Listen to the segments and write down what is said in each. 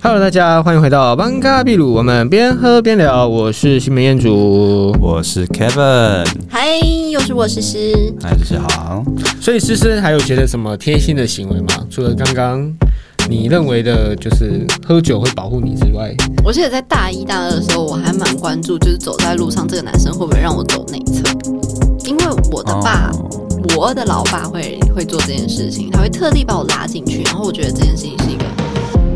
Hello，大家欢迎回到邦嘎秘鲁，我们边喝边聊。我是西门彦祖，我是 Kevin，嗨，又是我诗诗。那就是好。所以思思还有觉得什么贴心的行为吗？除了刚刚你认为的，就是喝酒会保护你之外，我记得在大一大二的时候，我还蛮关注，就是走在路上这个男生会不会让我走内侧，因为我的爸，哦我的老爸会会做这件事情，他会特地把我拉进去，然后我觉得这件事情是一个，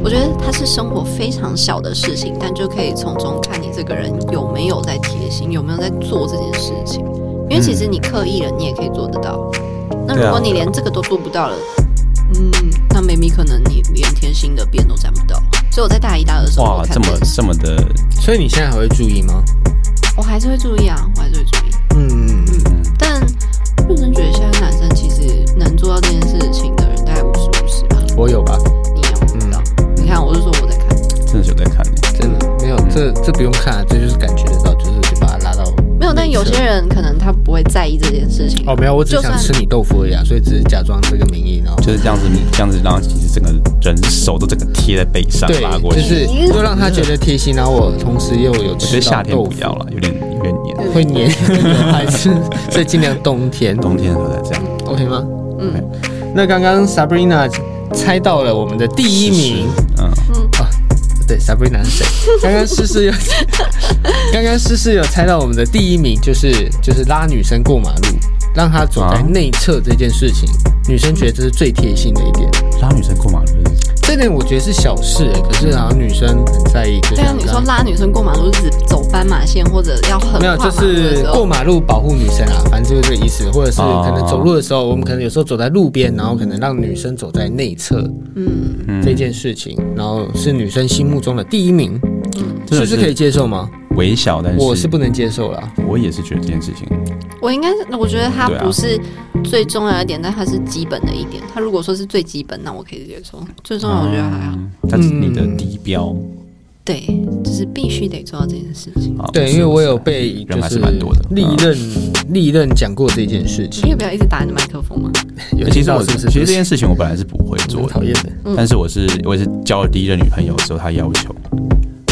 我觉得它是生活非常小的事情，但就可以从中看你这个人有没有在贴心，有没有在做这件事情，因为其实你刻意了，你也可以做得到。那对啊如果你连这个都做不到了，嗯，那 maybe 可能你连天心的边都沾不到。所以我在大一、大二的时候，哇我，看这么电视这么的，所以你现在还会注意吗？我还是会注意啊，我还是会注意。嗯，嗯，但认真觉得现在男生其实能做到这件事情的人，大概五十五十吧。我有吧，嗯你有我不知道？你看，我就说我在看。真的是有在看的。真的没有，这这不用看、啊，这就是感觉得到，就是就把它拉到没有，但有些人可能他不会在意这件事情。哦，没有，我只就想算吃你豆腐而已啊，所以只是假装这个名义，然后就是这样子，这样子让其实整个人手都整个贴在背上对拉，过就是去。又让他觉得贴心，然后我同时又有我觉吃得到夏天豆不腐，要了，有点有点黏。会黏，还是所以尽量冬天冬天的时候才这样。 ，OK 吗？嗯，那刚刚 Sabrina 猜到了我们的第一名，嗯，对，Sabrina 是谁？刚刚诗诗有， 刚刚诗诗有猜到我们的第一名，就是就是拉女生过马路，让她走在啊内侧这件事情，女生觉得这是最贴心的一点。拉女生过马路就是这点我觉得是小事、欸，可是好像女生很在意。就对啊，像你刚说拉女生过马路是指走斑马线或者要横跨没有，就马路的是时候啊过马路保护女生啊，反正就是这个意思，或者是哦可能走路的时候，我们可能有时候走在路边，然后可能让女生走在内侧嗯，嗯这件事情，然后是女生心目中的第一名，是这不个是可以接受吗？微小，但是我是不嗯能接受啦。我也是觉得这件事情，我应该是，我觉得它对啊不是最重要的一点，但它是基本的一点。它如果说是最基本，那我可以接受。最重要，我觉得还好。嗯，它是你的低标对，就是必须得做到这件事情。啊。对，因为我有被人就还是是蛮多的嗯历任历任讲过这件事你情也，不要一直打你的麦克风嘛。有其听实到我是不是？其实这件事情我本来是不会做我的讨，厌的，嗯但是我是我也是交了第一任女朋友之后，她要求，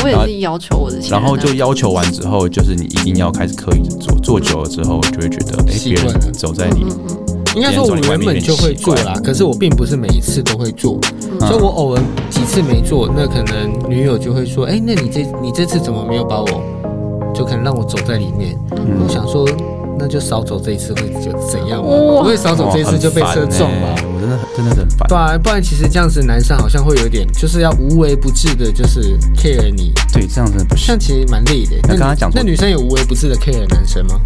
我也是要求我的前任然啊后就要求完之后，就是你一定要开始刻意地做，做久了之后就会觉得，哎，习别惯了人走在你哦嗯嗯应该说我原本就会做啦，可是我并不是每一次都会做，嗯所以我偶尔几次没做，那可能女友就会说，哎、那你这你这次怎么没有把我，就可能让我走在里面，嗯我想说。那就少走这一次会就怎样嘛？不会少走这一次就被射中了了，。欸我真的很真的很烦对。啊，不然其实这样子男生好像会有点，就是要无微不至的，就是 care 你，对，这样真的不像行。其实蛮累的。那刚刚讲说那女生有无微不至的 care 男生吗？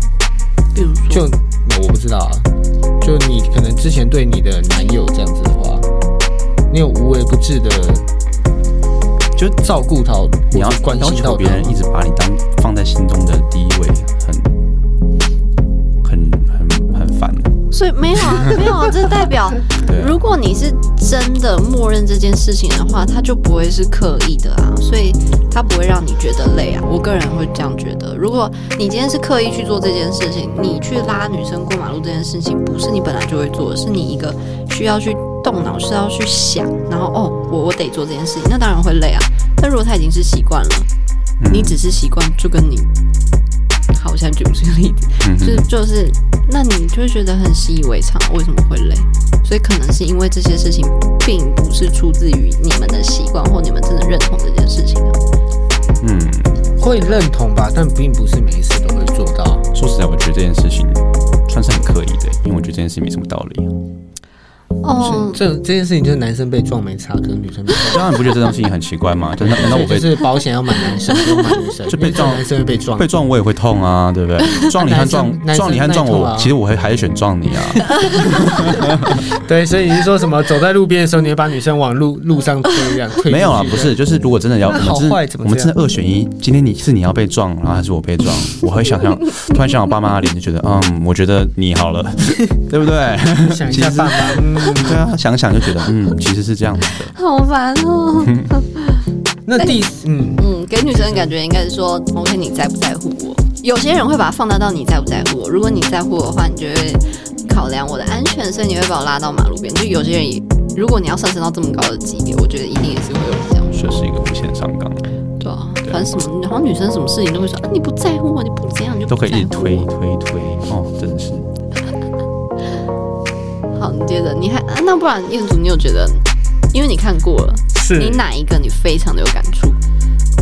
比如说，就哦我不知道啊，就你可能之前对你的男友这样子的话，你有无微不至的，就照顾他，你要或者关要心求到别他人一吗。直把你当放在心中的第一位，很很很很烦的。所以没有啊，没有啊，这代表对啊如果你是真的默认这件事情的话，它就不会是刻意的啊，所以它不会让你觉得累啊。我个人会这样觉得。如果你今天是刻意去做这件事情，你去拉女生过马路这件事情，不是你本来就会做的，是你一个需要去动脑，是要去想，然后哦，我我得做这件事情，那当然会累啊。但如果他已经是习惯了，你只是习惯，就跟你。好，我现在举不出例子，嗯就是就是，那你就会觉得很习以为常，为什么会累？所以可能是因为这些事情并不是出自于你们的习惯或你们真的认同这件事情、啊。嗯，会认同吧，但并不是每一次都会做到。说实在，我觉得这件事情算是很刻意的，因为我觉得这件事情没什么道理。啊哦，这这件事情就是男生被撞没差，可是女生被当然不觉得这种事情很奇 怪吗？就 那难道撞，我就被是保险要买男生，不用买女生，就被撞因为男生会被撞被。撞我也会痛啊，对不 对？撞你和撞男生撞你和男撞生耐痛我啊，其实我还还是选撞你啊。对，所以你是说什么走在路边的时候，你会把女生往路路上推，这样推没有啊啊，，不是，就是如果真的要我那们好真坏的怎么我们这真的二选一，今天你是你要被撞，然后还是我被撞？我会想想，突然想我爸妈的脸，就觉得嗯，我觉得你好了， 对不对？ 想一下爸妈，嗯，对啊，想想就觉得嗯，其实是这样子的。好烦哦。那第嗯， 嗯，给女生的感觉应该是说，OK，你在不在乎我？有些人会把它放大到你在不在乎我。如果你在乎我的话，你就会考量我的安全，所以你会把我拉到马路边。就有些人也如果你要上升到这么高的级别，我觉得一定也是会有人这样说。确实一个无限上纲，对啊，对反正什么，然后女生什么事情都会说啊，你不在乎我，你不怎样，你就都不可以一直在乎推我推推，哦，真的是。啊好，你接着，你还、啊、那不然彦祖，你有觉得，因为你看过了，是你哪一个你非常的有感触？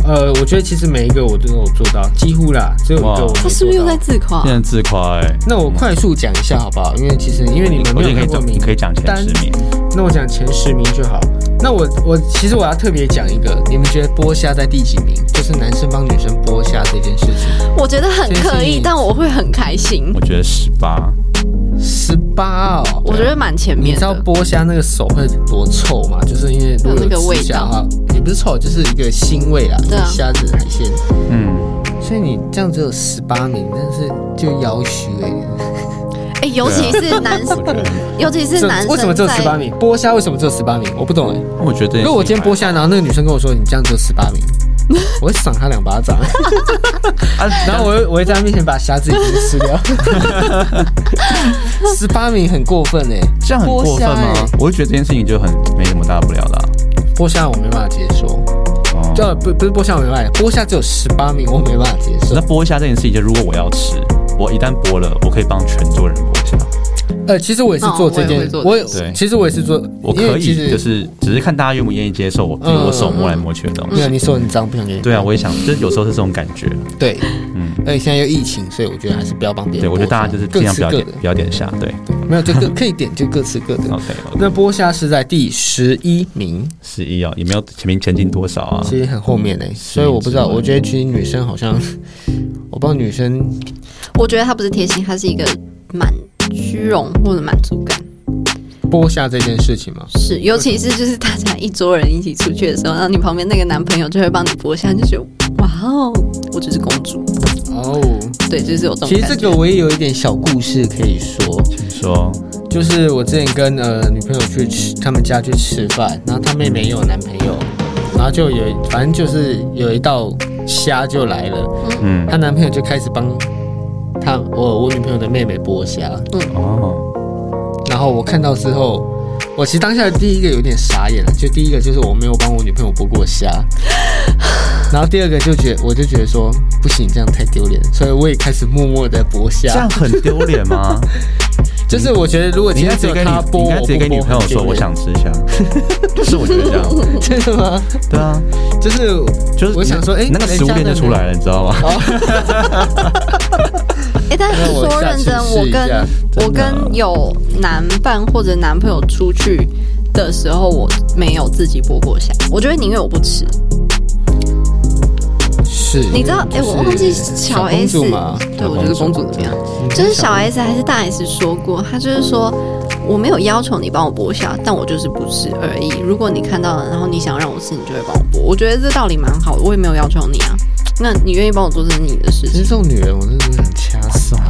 呃，我觉得其实每一个我都有做到，几乎啦，只有一哇个我他没是不是又做在到。自夸现？在自夸哎，那我快速讲一下好不好？因为其实因为你们我没觉有得可看以过讲，名可以讲前十名。那我讲前十名就好。那我我其实我要特别讲一个，你们觉得剥虾在第几名？就是男生帮女生剥虾这件事情，我觉得很刻谢谢意，你但我会很开心。我觉得十八，十八哦。我觉得蛮前你面知道的，剥虾那个手会多臭吗？就是因为如果有那个有吃虾的话，也不是臭，就是一个腥味啦。对啊虾子海鲜，嗯，所以你这样只有十八名，但是就腰虚哎、哎、尤其是男生嗯我，觉得，尤其是这男生，为什么只有十八？名？剥虾为什么只有十八名？我不懂哎、我觉得也是一个蛮。如果我今天剥虾，然后那个女生跟我说你这样只有十八名，我会赏她两巴掌，啊， 然后我会我会在她面前把虾自己全部吃 掉。十八名很过分哎、这样很过分剥吗虾欸？欸我就觉得这件事情就很没什么大不了的啊。剥虾我没办法接受，哦就不不是剥虾我没办法，剥虾只有十八名我没办法接受那。剥虾这件事情，就如果我要吃，我一旦剥了，我可以帮全桌人剥虾，呃，其实我也是做这哦我也件会，做我也对其实我也是做，我因可为其实以就是只是看大家愿不愿意接受我，比嗯如我手摸来摸去的东没有西。你手很脏，不想给你。对啊，我也想，就是有时候是这种感觉。对，嗯，而且现在又疫情，所以我觉得还是不要帮别人剥虾。对，我觉得大家就是各尽量吃不要各点的，不要点虾。对没有就各可以点就各吃各的。 ，OK，那剥虾是在第十一名，十一哦，也没有前面前进多少啊。其实很后面嘞、所以我不知道。我觉得其实女生好像， 我不知道女生我觉得他不是贴心，他是一个满虚荣或者满足感。剥虾这件事情嘛。是，尤其是就是大家一桌人一起出去的嗯时候，然后你旁边那个男朋友就会帮你剥虾，你就觉得哇哦，我就是公主。哦，对，就是有这种其感实觉。这个我也有一点小故事可以说，你说就是我之前跟呃女朋友去吃他们家去吃饭，然后她妹妹也有男朋友，然后就有一反正就是有一道虾就来了，嗯，她男朋友就开始帮她我我女朋友的妹妹剥虾，哦，然后我看到之后，我其实当下第一个有点傻眼了，就第一个就是我没有帮我女朋友剥过虾，然后第二个就觉我就觉得说不行，这样太丢脸了，所以我也开始默默地在剥这虾样。很丢脸 吗？就是我觉得如果你今应该天直只有接跟你，他剥，你应该我不直接剥跟女朋友说我，想吃虾， 是我觉得这样，很丢脸真的吗？对啊，就是就是我想说哎那个食物链就出来了，你知道吗？哎、但是那我说下认次真，我试一下跟我真的啊跟有男伴或者男朋友出去的时候，我没有自己剥过虾。我觉得宁愿我不吃。是，你知道，哎、我忘记小 S，公主嘛，对我就是公主怎么样？嗯就是小 S 还是大 S 说过，她就是说我没有要求你帮我剥虾，但我就是不吃而已。如果你看到了，然后你想让我吃，你就会帮我剥。我觉得这道理蛮好的，我也没有要求你啊。那你愿意帮我做，这是你的事其实情这。种女人，我真的是很掐死她、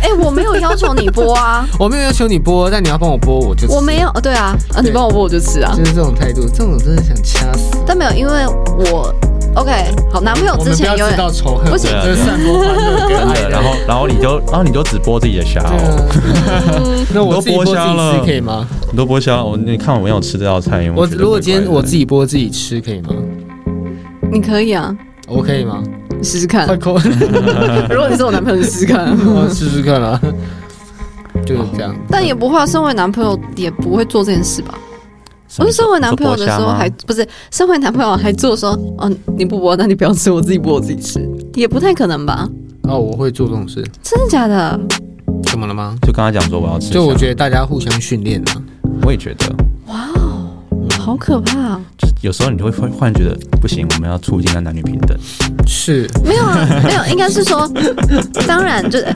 哎哎、我没有要求你剥啊， 我没有要求你剥，但你要帮我剥，我就吃我没有，呃对啊，啊，你对帮我剥我就吃啊。就是这种态度，这种真的想掐死。但没有，因为我 OK 好，男朋友我之们不前要有制点造仇恨，不行我们就是散播欢乐跟 真爱哎的，然后然后你就然后你就只剥自己的虾嗯哦，对啊那我自己你剥都剥自虾己了吃可以吗？你都剥虾，我你看我没有吃这道菜，有没有我觉得如果今天怪怪我的自己剥自己吃可以吗？你可以啊，我可以吗？试试看快。扣， 如果你是我男朋友，你试试看。我试试看啊。就是这样，但也不会啊，身为男朋友也不会做这件事吧？什我么是身为男朋友的时你候说剥虾吗还不是身为男朋友还做说，哦，你不剥，那你不要吃，我自己剥，我自己吃，也不太可能吧？哦，我会做这种事，真的假的？怎么了吗？就跟他讲说我要吃虾，就我觉得大家互相训练啊，我也觉得，哇哦，好可怕、啊！就是有时候你会忽忽然觉得不行，我们要促进男女平等，是没有啊， 没有，应该是说， 当然就是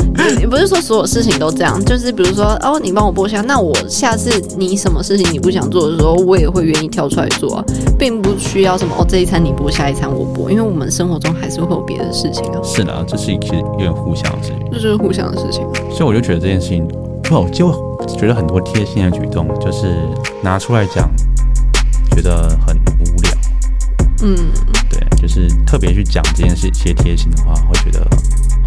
也不是说所有事情都这样，就是比如说哦，你帮我剥虾，那我下次你什么事情你不想做的时候，我也会愿意跳出来做啊，并不需要什么哦这一餐你剥，下一餐我剥，因为我们生活中还是会有别的事情啊，是的啊，这是一其实有点互相的事情，这就是互相的事情。所以我就觉得这件事情，不，就觉得很多贴心的举动，就是拿出来讲，觉得很无聊，嗯，对，就是特别去讲这件事一些贴心的话，会觉得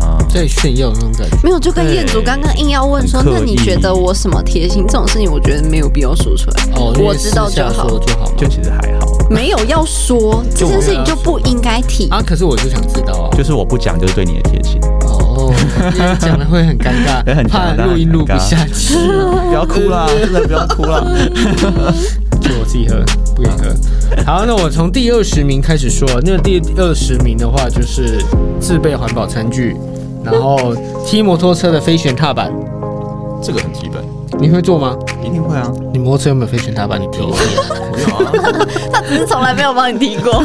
啊、啊，在炫耀的那种感觉。没有，就跟对彦祖刚刚硬要问说，很刻那你意觉得我什么贴心？这种事情我觉得没有必要说出来，哦，因为我知道私就下好，说就好嘛。就其实还好，没有要说这就我件事情就不应该提。啊，可是我就想知道啊。就是我不讲就是对你的贴心，哦，因为讲了会 很尴会尬，很怕尴尬录音录不下去。啊不要哭啦，真的不要哭啦。就我自己喝，不给你 喝。好，那我从第二十名开始说。那第二十名的话就是自备环保餐具，然后踢摩托车的飞旋踏板，这个很基本，你会做吗？一定会啊，你摩托车有没有飞旋踏板？ 你踢有我有 啊，他只是从来没有 帮你提 过，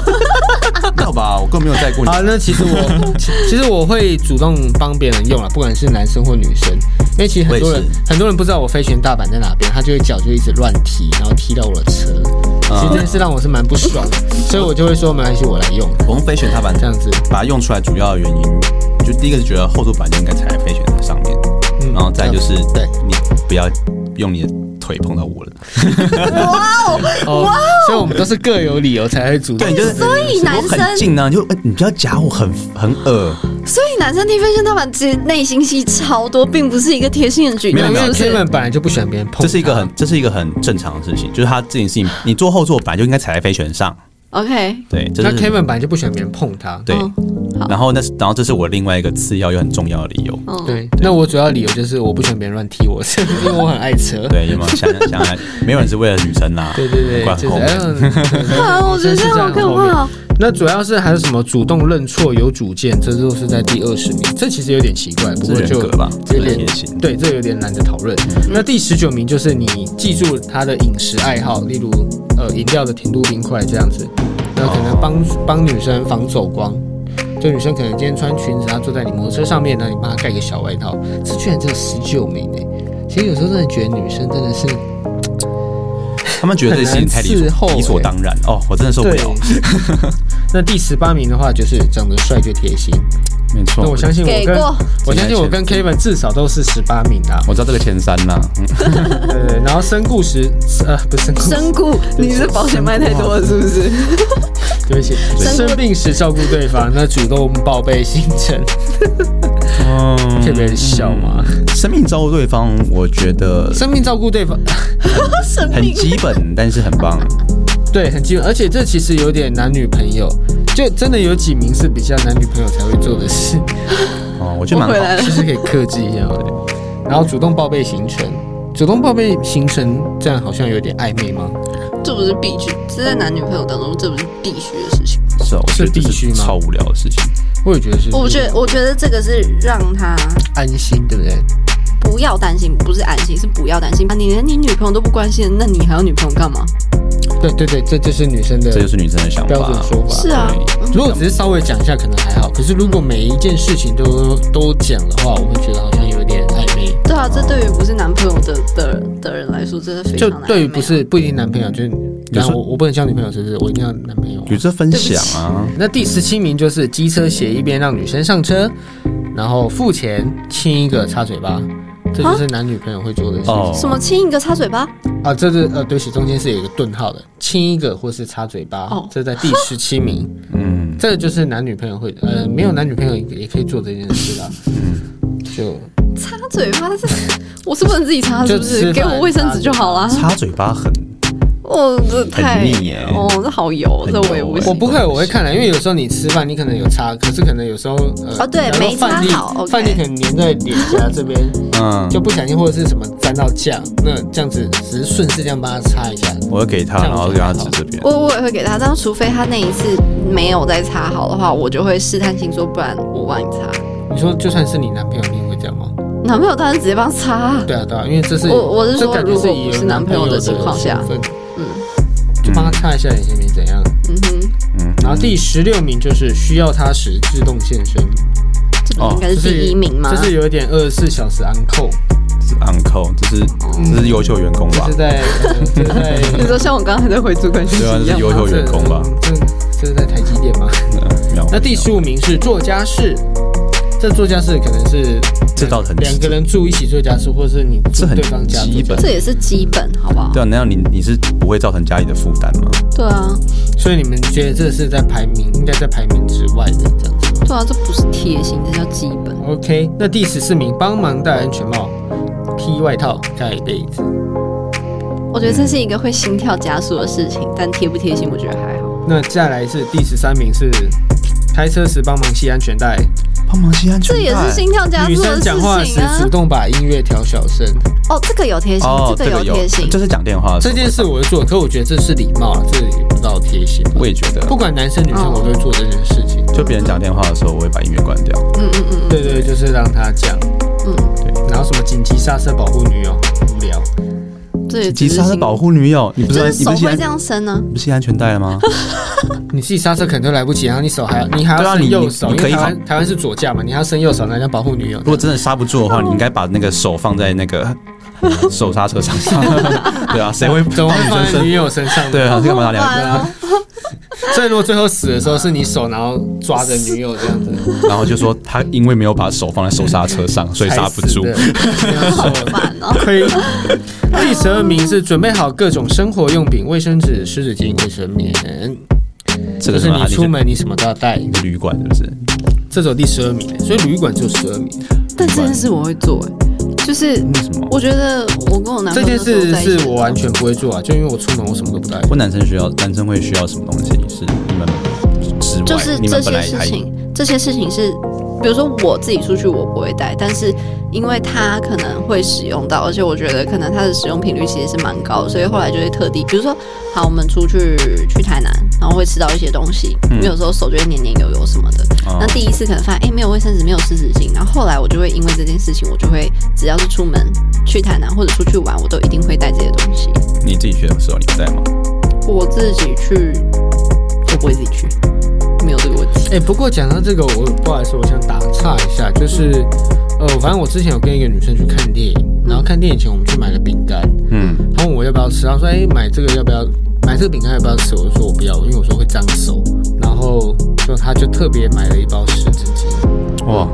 没有吧？我更没有带过你好，，啊那其实 我其其实我会主动帮别人用了，不管是男生或女生，因为其实很多人我也很多人不知道我飞旋大板在哪边，他就会脚就一直乱踢，然后踢到我的车。啊其实这件事让我是蛮不爽的，所以我就会说没关系，我来用我用飞旋踏板这样子。把它用出来，主要的原因就第一个是觉得后座本来就应该踩在飞旋的上面，嗯然后再就是对你不要用你的腿碰到我了。哦，所以我们都是各有理由才会主动。对，你就是所以男我很生，近呢、你就、哎你不要夹我很，很恶。所以男生踢飞线踏板其实内心戏超多，并不是一个贴心的举没有，动，因为是不 Kevin 是？本来就不喜欢别人碰他，这是一个很这是一个很正常的事情，就是他这件事情，你坐后座本来就应该踩在飞旋上， OK，对，这那是 Kevin 本来就不喜欢别人碰他。对。嗯然后那是然后这是我另外一个次要又很重要的理由，嗯，对，那我主要理由就是我不喜欢别人乱踢我， 是因为我很爱车。对，有没有 想想想来，没有人是为了女生啦，对对对，管就是后哎 面。嗯对对啊，我觉得这样好可后面怕哦。那主要是还有什么主动认错、有主见，这都是在第二十名。这其实有点奇怪，不这过人就格吧，这有人点贴心。对，这有点难得讨论。嗯那第十九名就是你记住他的饮食爱好，例如呃饮料的甜度冰块这样子。那可能帮哦帮女生防走光，就女生可能今天穿裙子，她坐在你摩托车上面，那你帮她盖个小外套。这居然只有十九名哎、其实有时候真的觉得女生真的是他们觉得这件事情太理很难伺候所欸理所当然哦，我真的受不对了。。 那第十八名的话就是长得帅就贴心。没错那我相信我给跟过我相信我跟 Kevin 至少都是十八名啊。我知道这个前三啦、嗯对对，对然后身故时呃不是身故时，身故，你是保险卖太多了是不是？对不起，生病时照顾对方，那主动报备行程，嗯，特别笑嘛。生命照顾对方，我觉得生病照顾对方，生很病基本，但是很棒。对，很基本，而且这其实有点男女朋友，就真的有几名是比较男女朋友才会做的事，哦，我觉得蛮我回来好。其实可以克制一下嘛。然后主动报备行程，主动报备行程，这样好像有点暧昧吗？这不是必须，这在男女朋友当中，这不是必须的事情。是哦，我觉得是必这须吗超无聊的事情。我也觉得是，我觉得，我觉得这个是让他安心，对不对？不要担心，不是安心，是不要担心吧。啊你连你女朋友都不关心，那你还要女朋友干嘛？对对对，这就是女生的这就是女生的想标准法。说法。是啊，如果只是稍微讲一下，可能还好。可是如果每一件事情都都讲的话，我会觉得好像有点暧昧。对啊，这对于不是男朋友的的的人来说，真的非就常难。对于不是不一定男朋友，就是有然时后候我我不能交女朋友，是不是？我一定要男朋友。有这分享啊，那第十七名就是机车斜一边让女生上车，然后付钱亲一个擦嘴巴，这就是男女朋友会做的事情。啊哦什么亲一个擦嘴巴，啊，这是呃，对不起，中间是有一个顿号的，亲一个或是擦嘴巴，哦这在第十七 名。嗯，这就是男女朋友会，呃，没有男女朋友也可以做这件事啦。嗯就擦嘴巴 是，我是不能自己擦，就是不吃是？饭给我卫生纸就好啦。擦嘴巴很哦，这太很腻耶哦，这好油，很这油我也不欸我行。不会，我会看的，因为有时候你吃饭，你可能有擦，可是可能有时候呃，哦假对如没擦饭粒好，OK 饭粒可能粘在脸颊这边，嗯，就不小心或者是什么沾到酱，那这样子只是顺势这样帮他擦一下。我会给他，这样然后给他子指这边。我我也会给他，但除非他那一次没有再擦好的话，我就会试探性说，不然我帮你擦。你说就算是你男朋友，你也会这样吗？男朋友当然直接帮他擦啊，对啊，对啊，因为这是我我是这说感觉如果以不有是男朋友友的情况下身份嗯就帮他擦一下眼线笔怎样？嗯哼，嗯，然后第十六名就是需要他时自动现身，这不是应该是这呃第一名吗？这哦是有一点二十四小时 on call。这是 uncle，这是这是优秀员工吧这是？在呃这是在 你说像我刚才在回主管讯息对啊，一这样是优吗？秀员工吧？这这这是在台积电吗？嗯，没有那第十五名是做家事，这做家事可能是呃这倒很两个人住一起做家事，或者是你住这很对方家做基家本事，这也是基本，好不好？对啊，那样你你是不会造成家里的负担吗？对啊，所以你们觉得这是在排名，应该在排名之外的这样子。对啊，这不是贴心，这叫基本。 OK，那第十四名，帮忙戴安全帽、披外套、盖被子。我觉得这是一个会心跳加速的事情，但贴不贴心，我觉得还好。那接下来是第十三名是开车时帮忙系安全带，帮忙系安全这带也是心跳加女速生的事讲话时情啊主！动把音乐调小声。哦，这个有贴心，哦，这这个个有有贴心，就是讲电话的时这候件事我会做，可我觉得这是礼貌啊，这也不到贴心吧。我也觉得，不管男生女生，哦我都会做这件事情。就别人讲电话的时候，我会把音乐关掉。嗯嗯嗯对对，就是让他讲。嗯，然后什么紧急刹车保护女友，无聊。这也急刹车保，护女友，你不就是是你手不是系会安这样伸啊呢、你不是系安全带了 吗？你自己刹车可能都来不及，然后你手还要你还对要啊伸你右手，你因可为以台考湾台湾是左驾嘛，你还要伸右手，然后要保护女友如。果真的刹不住的话，你应该把那个手放在那个呃手刹车上。 对啊，谁会怎么帮会女放生在女伸？友身上？对，啊，这个嘛好对两烦啊。所以如果最后死的时候是你手，然后抓着女友这样子， 个，然后就说他因为没有把手放在手刹车上，所以刹不 住。才死的没有好错烦 哦、亏。第十二名是准备好各种生活用品、卫生纸、湿纸巾、卫生棉。这就个是是啊你哪里？出门你什么都要带，你的旅馆是不是？这走第十二名，欸所以旅馆只有十二名。但这件事我会做、欸就是为什么？我觉得我跟我男朋这友件那时候事在一起是的时候我完全不会做啊，就因为我出门我什么都不带。问男生需要，男生会需要什么东西？是你们之外，就是你这们本些来事还情，这些事情是，比如说我自己出去我不会带，但是因为他可能会使用到，而且我觉得可能他的使用频率其实是蛮高的，所以后来就会特地，比如说，好，我们出去去台南，然后会吃到一些东西，因为有时候手就会黏黏油油什么的。哦那第一次可能发现，哎、没有卫生纸，没有湿纸巾，然后后来我就会因为这件事情，我就会只要是出门去台南或者出去玩，我都一定会带这些东西。你自己去的时候你不带吗？我自己去，我不会自己去，没有这个问题。哎、不过讲到这个，我不好意思，我想打岔一下，就是，呃，反正我之前有跟一个女生去看电嗯影，然后看电影前我们去买了饼干，嗯，她问我要不要吃，她说，哎、买这个要不要？买这个饼干要不要吃？我就说我不要，因为我说会脏手。然后就她就特别买了一包湿纸巾，哇，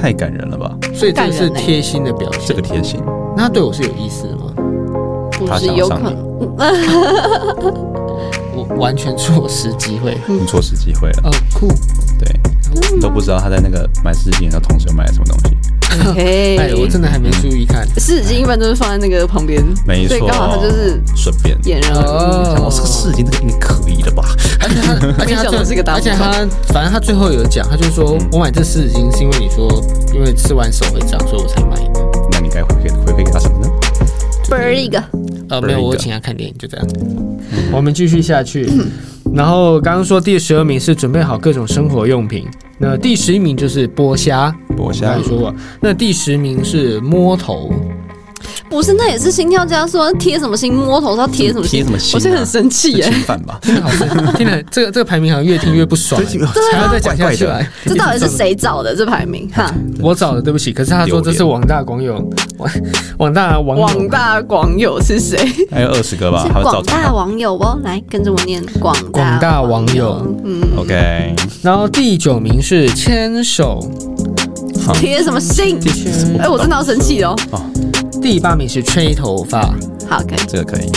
太感人了吧！所以这个感是人欸贴心的表这现个。贴心，哦那她对我是有意思的吗？不他是想有上可你能，我完全错失机会。嗯你错失机会了。哦，酷，对，你都不知道他在那个买事情的时候，同时有买了什么东西。 嘿哎，我真的还没注意看。湿纸巾一般都是放在那个旁边，没所以错，刚好它就是呃顺便。掩人耳哦我这个事情，这个应该可以的吧？ 而且他，而且他没想到是最个，大而陆且人他，反正他最后有讲，他就说嗯我买这湿纸巾是因为你说，因为吃完手会脏，所以我才买的。那你该回馈回馈给他什么呢？朵，啵儿一个。呃，不没有，是一个我请他看电影，就这样。我们继续下去。然后刚刚说第十二名是准备好各种生活用品，那第十一名就是剥虾，我现刚在才说过。那第十名是摸 头，不是，那也是心跳加速，啊，贴什么心？摸头是要贴什么心？贴什么心啊我现在很生气是耶侵，犯 吧？真的好生气听了这个这个排名好像越听越不爽，对还要再讲下去怪怪来的。这到底是谁找的这排名？哈，我找的，对不起。可是他说这是丢脸网大网友，网网大网友广大网友是谁？还有二十个吧，是还有广照大常。网友哦，来跟着我念广广大大网友友。嗯， OK，然后第九名是牵手，好，贴什么心？第十四哎，我真的要生气哦。第八名是吹头发，好，可以。这个可以，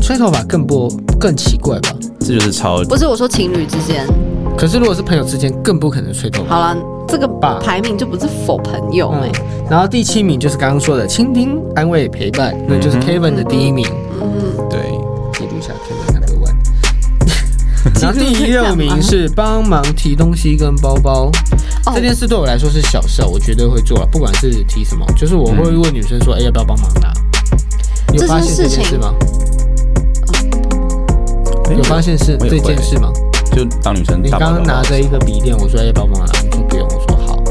吹头发更不更奇怪吧？这就是超不是我说情侣之间，可是如果是朋友之间，更不可能吹头发。好了，这个吧排名就不是否朋友哎嗯。，然后第七名就是刚刚说的倾听、安慰、陪伴，那就是 Kevin 的第一名。对。记录一下 Kevin 看不完。 然后第六名是帮忙提东西跟包包，哦这件事对我来说是小事，我绝对会做啊，不管是提什么，就是我会问女生说，哎，要不要帮忙拿？你有嗯这件发现这件事事情吗？有发现是我也这会件事吗？就当女生哎你大刚包刚小拿包着一个笔电，我说要帮忙拿，你说不用，我说好。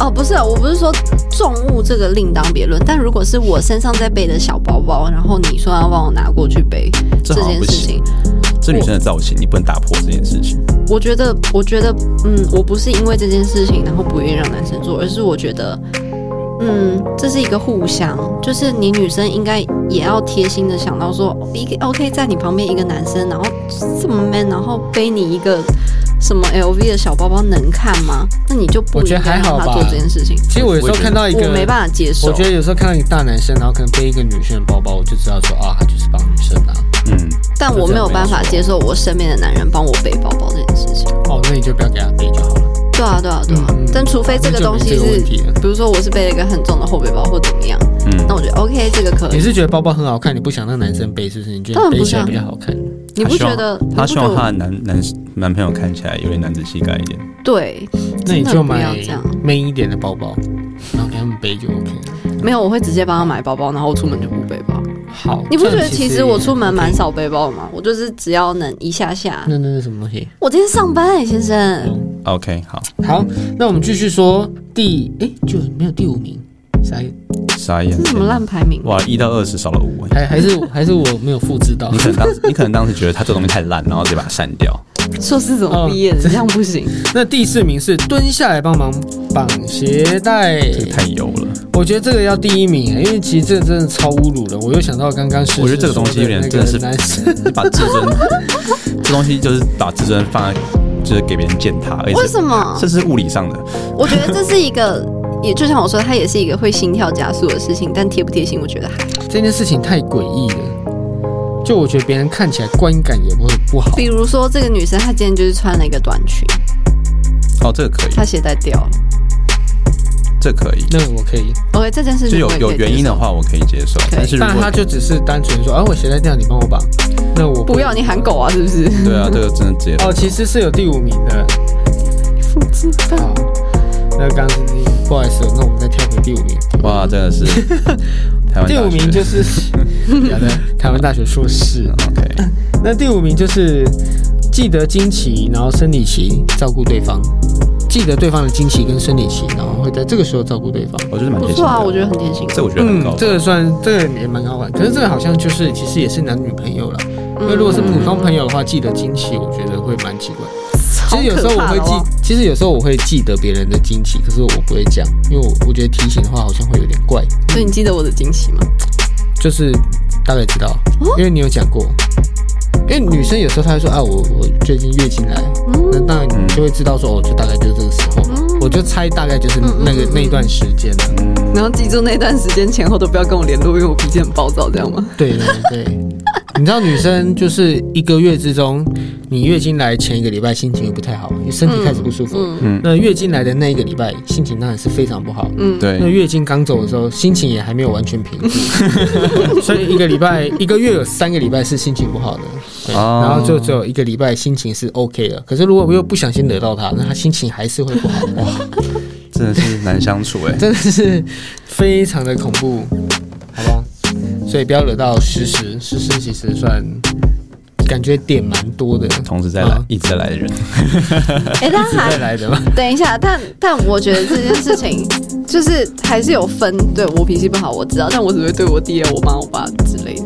哦，不是啊，我不是说重物这个另当别论，但如果是我身上在背的小包包，然后你说要帮我拿过去背这好这像件不事行情，这女生的造型，你不能打破这件事情。我觉得，我觉得，嗯，我不是因为这件事情然后不愿意让男生做，而是我觉得，嗯，这是一个互相，就是你女生应该也要贴心的想到说，一个 OK 在你旁边一个男生，然后这么 man，然后背你一个什么 LV 的小包包能看吗？那你就不我觉应得该还让好他吧做这件事情。其实我有时候看到一个，我没办法接受，我觉得有时候看到一个大男生，然后可能背一个女生的包包，我就知道说啊，他就是帮女生拿。嗯，但我没有办法接受我身边的男人帮我背包包这件事情。哦，那你就不要给他背就好了。对啊，对啊，对啊。嗯但除非这个东西那就没这个是，问题了比如说我是背了一个很重的后背包或怎么样，嗯那我觉得 OK，这个可你以。是觉得包包很好看，你不想让男生背，是不是？你觉当得然背不起来想比较好看？你不觉得？他你希不觉望得他的男男男朋友看起来有点男子气概一点。对，那你真的就不买要这样 man 一点的包包，然后给他们背就 OK 了。没有，我会直接帮他买包包，然后我出门就不背包。好，你不觉这得样其嗯其实我出门蛮也嗯 OK。少背包的吗？我就是只要能一下下。那那是什么东西？我今天上班哎、先生， OK，好，好，那我们继续说第诶，就没有第五名，啥意思？傻眼这。是什么烂排名？哇，一到二十少了五 哎。还还是还是我没有复制到你。可能当你可能当时觉得他这东西太烂，然后直接把它删掉。硕士怎么毕业的？这样不行。那第四名是蹲下来帮忙绑鞋带，这个太油了，我觉得这个要第一名，因为其实这真的超侮辱了。我又想到刚刚是，我觉得这个东西有点真的是男生， 就把自尊， 这东西就是把自尊放在，就是给别人践踏，而且为什么这是物理上的。我觉得这是一个，也就像我说，它也是一个会心跳加速的事情，但贴不贴心，我觉得还好。这件事情太诡异了。就我觉得别人看起来观感也不会不好，比如说这个女生，她今天就是穿了一个短裙，哦，这个可以，她鞋带掉了。这个可以，那我可以。 OK，这件事就情有我也可以有原哦因的话，我可以接受。以但是如但果他就只是单纯说，啊，我鞋带掉，你帮我绑。那我不要你喊狗啊，是不是？对啊，这个真的直接 哦，其实是有第五名的。不知道。好，那刚刚是第不好意思，那我们再跳回第五名。哇，真的是台湾大学第五名就是 好的台湾大学硕士。嗯 OK，那第五名就是记得经期，然后生理期照顾对方，记得对方的经期跟生理期，然后会在这个时候照顾对方。嗯我觉得蛮不贴心错的。啊，我觉得很贴心。这我觉得很高。这个算这个也蛮高玩，可是这个好像就是其实也是男女朋友了。嗯因为如果是普通朋友的话，记得经期，我觉得会蛮奇怪。其实有时候我会好可怕哦记，其实有时候我会记得别人的经期，可是我不会讲，因为我我觉得提醒的话好像会有点怪，所以你记得我的惊喜吗？就是大概知道，因为你有讲过。因为女生有时候她会说啊，我我最近月经来，那当然你就会知道说，哦，就大概就是这个时候嘛，我就猜大概就是那个那一段时间啊了。然后记住那段时间前后都不要跟我联络，因为我脾气很暴躁，这样吗？对对对，你知道女生就是一个月之中，你月经来前一个礼拜心情也不太好，你身体开始不舒服。嗯那月经来的那一个礼拜，心情当然是非常不好。嗯，那对，月经刚走的时候，心情也还没有完全平嗯复， 所以一个礼拜、一个月有三个礼拜是心情不好的，对哦然后就只有一个礼拜心情是 OK 的。可是如果嗯我又不小心惹到她，那她心情还是会不 好，真的是难相处哎。真的是非常的恐怖，好吧？所以不要惹到诗诗，诗诗其实算感觉点蛮多的，同时在来啊，一直在来的人， 哎、但还再来的吧。等一下，但但我觉得这件事情就是还是有分。对我脾气不好，我知道，但我只会对我爹、我妈、我爸之类的。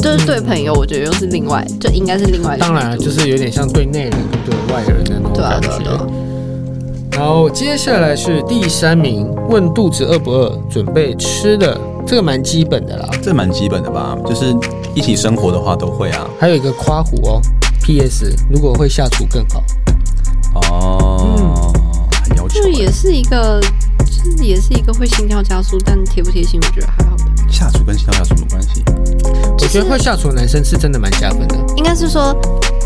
就是对朋友，我觉得又是另外，就应该是另外一个当程度。然了，啊就是有点像对内人跟对外人的那种对啊，感对啊，对啊觉。。然后接下来是第三名，问肚子饿不饿，准备吃的，这个蛮基本的啦。这蛮基本的吧？就是一起生活的话都会啊。还有一个夸虎哦，P.S. 如果会下厨更好。嗯哦，很要求就欸。也是一个，就是也是一个会心跳加速，但贴不贴心，我觉得还好吧。下厨跟下跳有什么关系？我觉得会下厨的男生是真的蛮加分的。应该是说，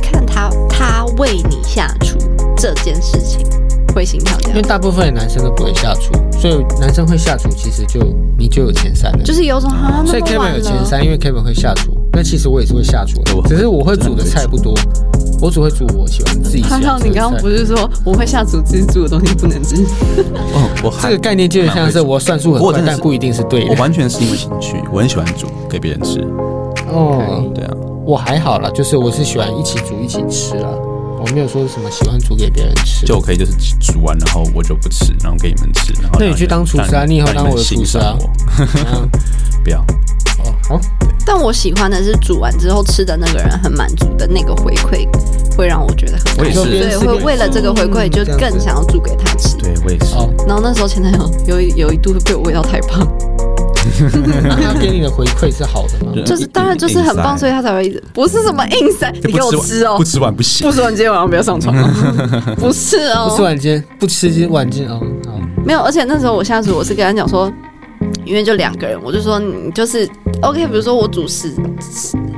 看他他为你下厨这件事情会心跳加因为速，大部分的男生都不会下厨，所以男生会下厨，其实就你就有前三了。就是有种啊，所那以么 Kevin 晚有前了，三，因为 Kevin 会下厨。那其实我也是会下厨对我，只是我会煮的菜不多，我只会煮我喜欢自己喜还欢吃的 好菜。你刚刚不是说我会下厨，自己煮的东西不能吃。哦，我还这个概念，就像是我算数很我快真，的但是不一定是对我的。完全是因为兴趣，我很喜欢煮给别人吃。哦，对啊，我还好啦，就是我是喜欢一起煮一起吃啊，我没有说什么喜欢煮给别人吃。就我可以就是煮完，然后我就不吃，然后给你们吃。然后那你让去当厨师啊让你以后让当们我的厨师啊欣赏我嗯不要，哦，好，但我喜欢的是煮完之后吃的那个人很满足的那个回馈，会让我觉得很我也就边是，吃对，会边为了这个回馈就这样更子想要煮给他吃。对我也是。哦，然后那时候前男友有一有一度被我喂到太胖， 他给你的回馈是好的吗？对就是当然就是很棒，所以他才会一直不是什么硬塞，就不你给我完吃哦不，吃完不行不。吃完今天晚上不要上床哦，不是哦，不吃啊晚间，不吃晚间哦，好，嗯没有，而且那时候我下厨，我是跟他讲说，因为就两个人，我就说你就是 OK，比如说我主食，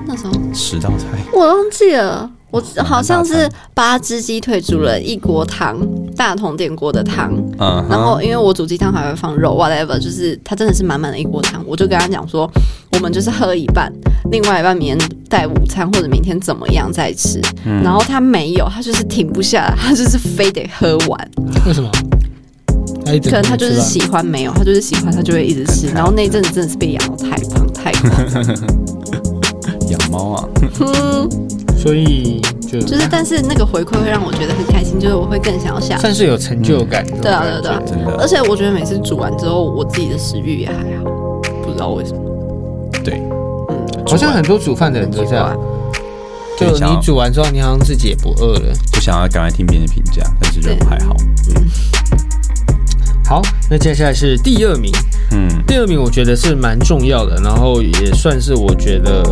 那时候十道菜，我忘记了，我好像是八只鸡腿煮了一锅汤，大同电锅的汤，嗯，然后因为我煮鸡汤还会放肉，whatever，就是它真的是满满的一锅汤，我就跟他讲说，我们就是喝一半，另外一半明天带午餐或者明天怎么样再吃，然后他没有，他就是停不下来，他就是非得喝完。为什么？哎，可能他就是喜欢没有，他就是喜欢，他就会一直吃。然后那一阵子真的是被养到太胖太胖，养猫啊，所以就就是但是那个回馈会让我觉得很开心，就是我会更想要下。算是有成就感。嗯对啊对啊对啊，真的而且我觉得每次煮完之后，我自己的食欲也还好，不知道为什么。对，好像很多煮饭的人都这样，就对想要你煮完之后，你好像自己也不饿了。不想要赶快听别人的评价，但是就对还好。好，那接下来是第二名，嗯，第二名我觉得是蛮重要的，然后也算是我觉得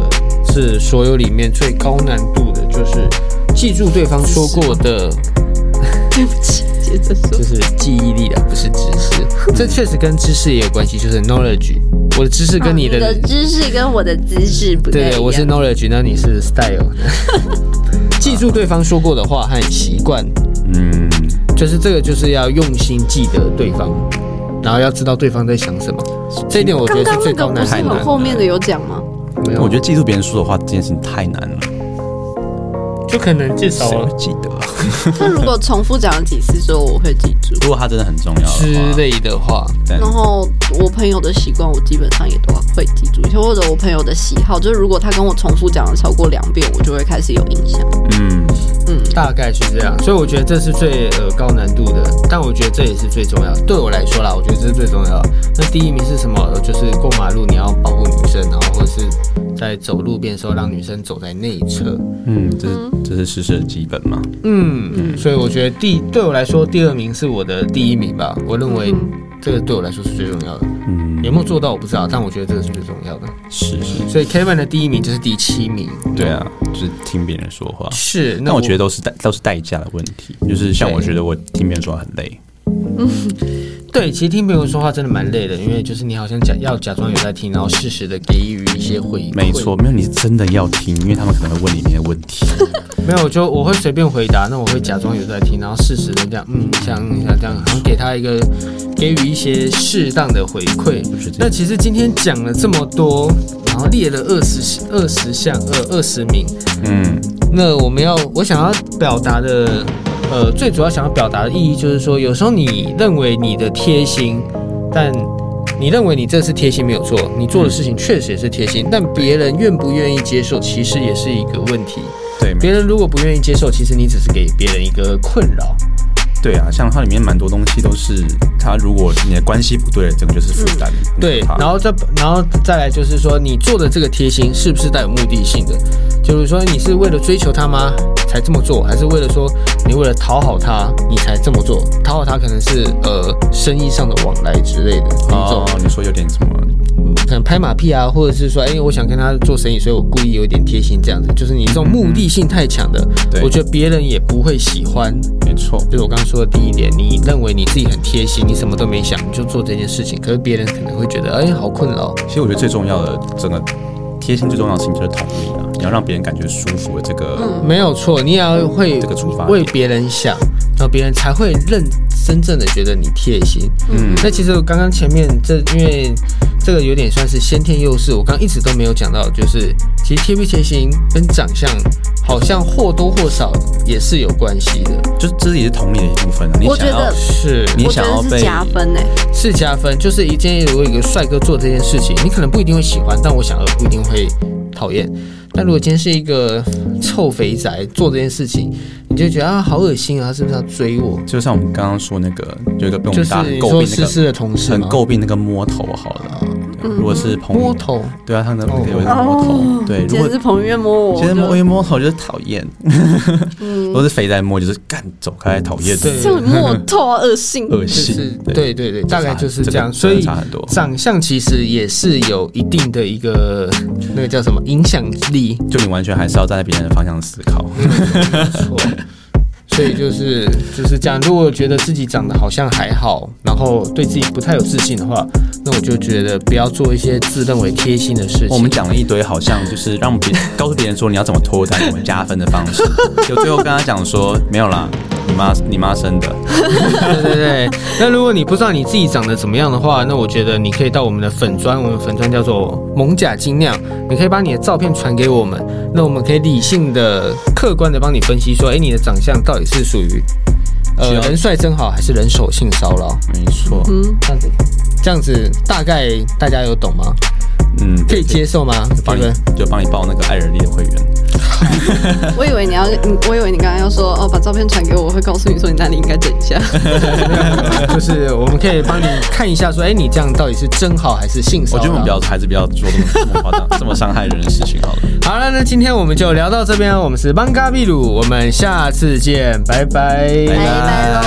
是所有里面最高难度的，就是记住对方说过的，对不起，接着说就。是记忆力啊，不是知识。这确实跟知识也有关系，就是 knowledge。我的知识跟你的，啊的知识跟我的姿势不太一对，样我是 knowledge，那你是 style。记住对方说过的话和习惯，嗯，就是这个就是要用心记得对方，然后要知道对方在想什么。这一点我觉得刚刚是那最个高不难是度很的。后面的有讲吗？ 没有我觉得记住别人说的话这件事情太难了，就可能至少谁会记得啊？ 他如果重复讲了几次之后，我会记住。如果他真的很重要的话之，类的话，但然后我朋友的习惯，我基本上也都会记住，或者我朋友的喜好，就是如果他跟我重复讲了超过两遍，我就会开始有印象。嗯，大概是这样。所以我觉得这是最呃高难度的，但我觉得这也是最重要的。对我来说啦，我觉得这是最重要的。那第一名是什么？呃就是过马路你要保护女生，然后或者是在走路边的时候让女生走在内侧。嗯，这是这是事实的基本嘛。嗯，所以我觉得第对我来说第二名是我的第一名吧。我认为这个对我来说是最重要的。嗯，有没有做到我不知道，但我觉得这个是最重要的。是是，所以 Kevin 的第一名就是第七名。对啊，就是听别人说话。是，那但我觉得得都是代都是代价的问题，就是像我觉得我听别人说话很累，对，其实听朋友说话真的蛮累的，因为就是你好像假要假装有在听，然后适时的给予一些回馈。没错，，没有你是真的要听，因为他们可能会问你一些问 题。没有，就我会随便回答，那我会假装有在听，然后适时的这样，嗯，一下，嗯一下，这样，好像给他一个给予一些适当的回馈。我觉得那其实今天讲了这么多，然后列了二十二十项呃二十名，嗯，那我们要，我想要表达的，呃，最主要想要表达的意义就是说，有时候你认为你的贴心，但你认为你这次贴心没有做，你做的事情确实也是贴心，但别人愿不愿意接受，其实也是一个问题。对，别没人如果不愿意接受，其实你只是给别人一个困扰。对啊，像它里面蛮多东西都是，它如果你的关系不对，整个就是负担。很可嗯对，怕然后再然后再来就是说，你做的这个贴心是不是带有目的性的？就是说，你是为了追求他吗才这么做，还是为了说你为了讨好他你才这么做？讨好他可能是呃生意上的往来之类的那种哦，，你说有点什么？可能拍马屁啊，或者是说，哎、我想跟他做生意，所以我故意有点贴心这样子。就是你这种目的性太强的，对我觉得别人也不会喜欢。没错，就是我刚刚说的第一点，你认为你自己很贴心，你什么都没想你就做这件事情，可是别人可能会觉得，哎、好困扰。其实我觉得最重要的整个贴心最重要的事情就是同理啊，你要让别人感觉舒服的这个没有错，你也要会这个出发为点。别人想，然后别人才会认真正的觉得你贴心。嗯，那其实我刚刚前面这因为这个有点算是先天优势，我刚刚一直都没有讲到，就是其实贴不贴心跟长相好像或多或少也是有关系的，就是这也是同理的一部分啊。你我想觉要得是你我觉想要得被是加分呢、欸是加分。就是一件如果有一个帅哥做这件事情，你可能不一定会喜欢，但我想呃不一定会讨厌。但如果今天是一个臭肥宅做这件事情，你就觉得啊好恶心啊，他是不是要追我？就像我们刚刚说那个，有一个被我就们是大家你诟说病那思个思的同事很吗？诟病那个摸头好了，如果是彭于摸头，对啊，他们哦可以摸头， 对，如今果天是彭于晏摸我，今天我就摸一摸头就是讨厌， 如嗯，果是肥仔摸就是干走开，讨厌，对这种摸头啊 恶心，恶就心是，对，对对对，大概就是这这个样。真所的以差很多长相其实也是有一定的一个那个叫什么影响力，就你完全还是要站在别人的方向思考，没错。所以就是就是这样。如果觉得自己长得好像还好，然后对自己不太有自信的话，那我就觉得不要做一些自认为贴心的事情。我们讲了一堆，好像就是让别告诉别人说你要怎么脱单，怎么加分的方 式。就最后跟他讲说没有啦，你妈你妈生的，对对对。 那如果你不知道你自己长得怎么样的话，那我觉得你可以到我们的粉砖，我们粉砖叫做“蒙甲精酿”，你可以把你的照片传给我们，那我们可以理性的、客观的帮你分析说，哎，你的长相到底是属于呃需要人帅真好，还是人手性骚扰？没错，这样子，这样子大概大家有懂吗？嗯，可以接受吗？对帮不你对？就帮你报那个爱人力的会员，我以为你要，你我以为你刚刚要说哦，把照片传给我，我会告诉你说你哪里应该整一下。 就是我们可以帮你看一下，说，哎，你这样到底是真好还是性骚我扰？觉得我们不要还是不要做这么这么夸张、这么伤害人的事情好了。好了，那今天我们就聊到这边，我们是邦嘎秘鲁，我们下次见，拜拜。拜拜拜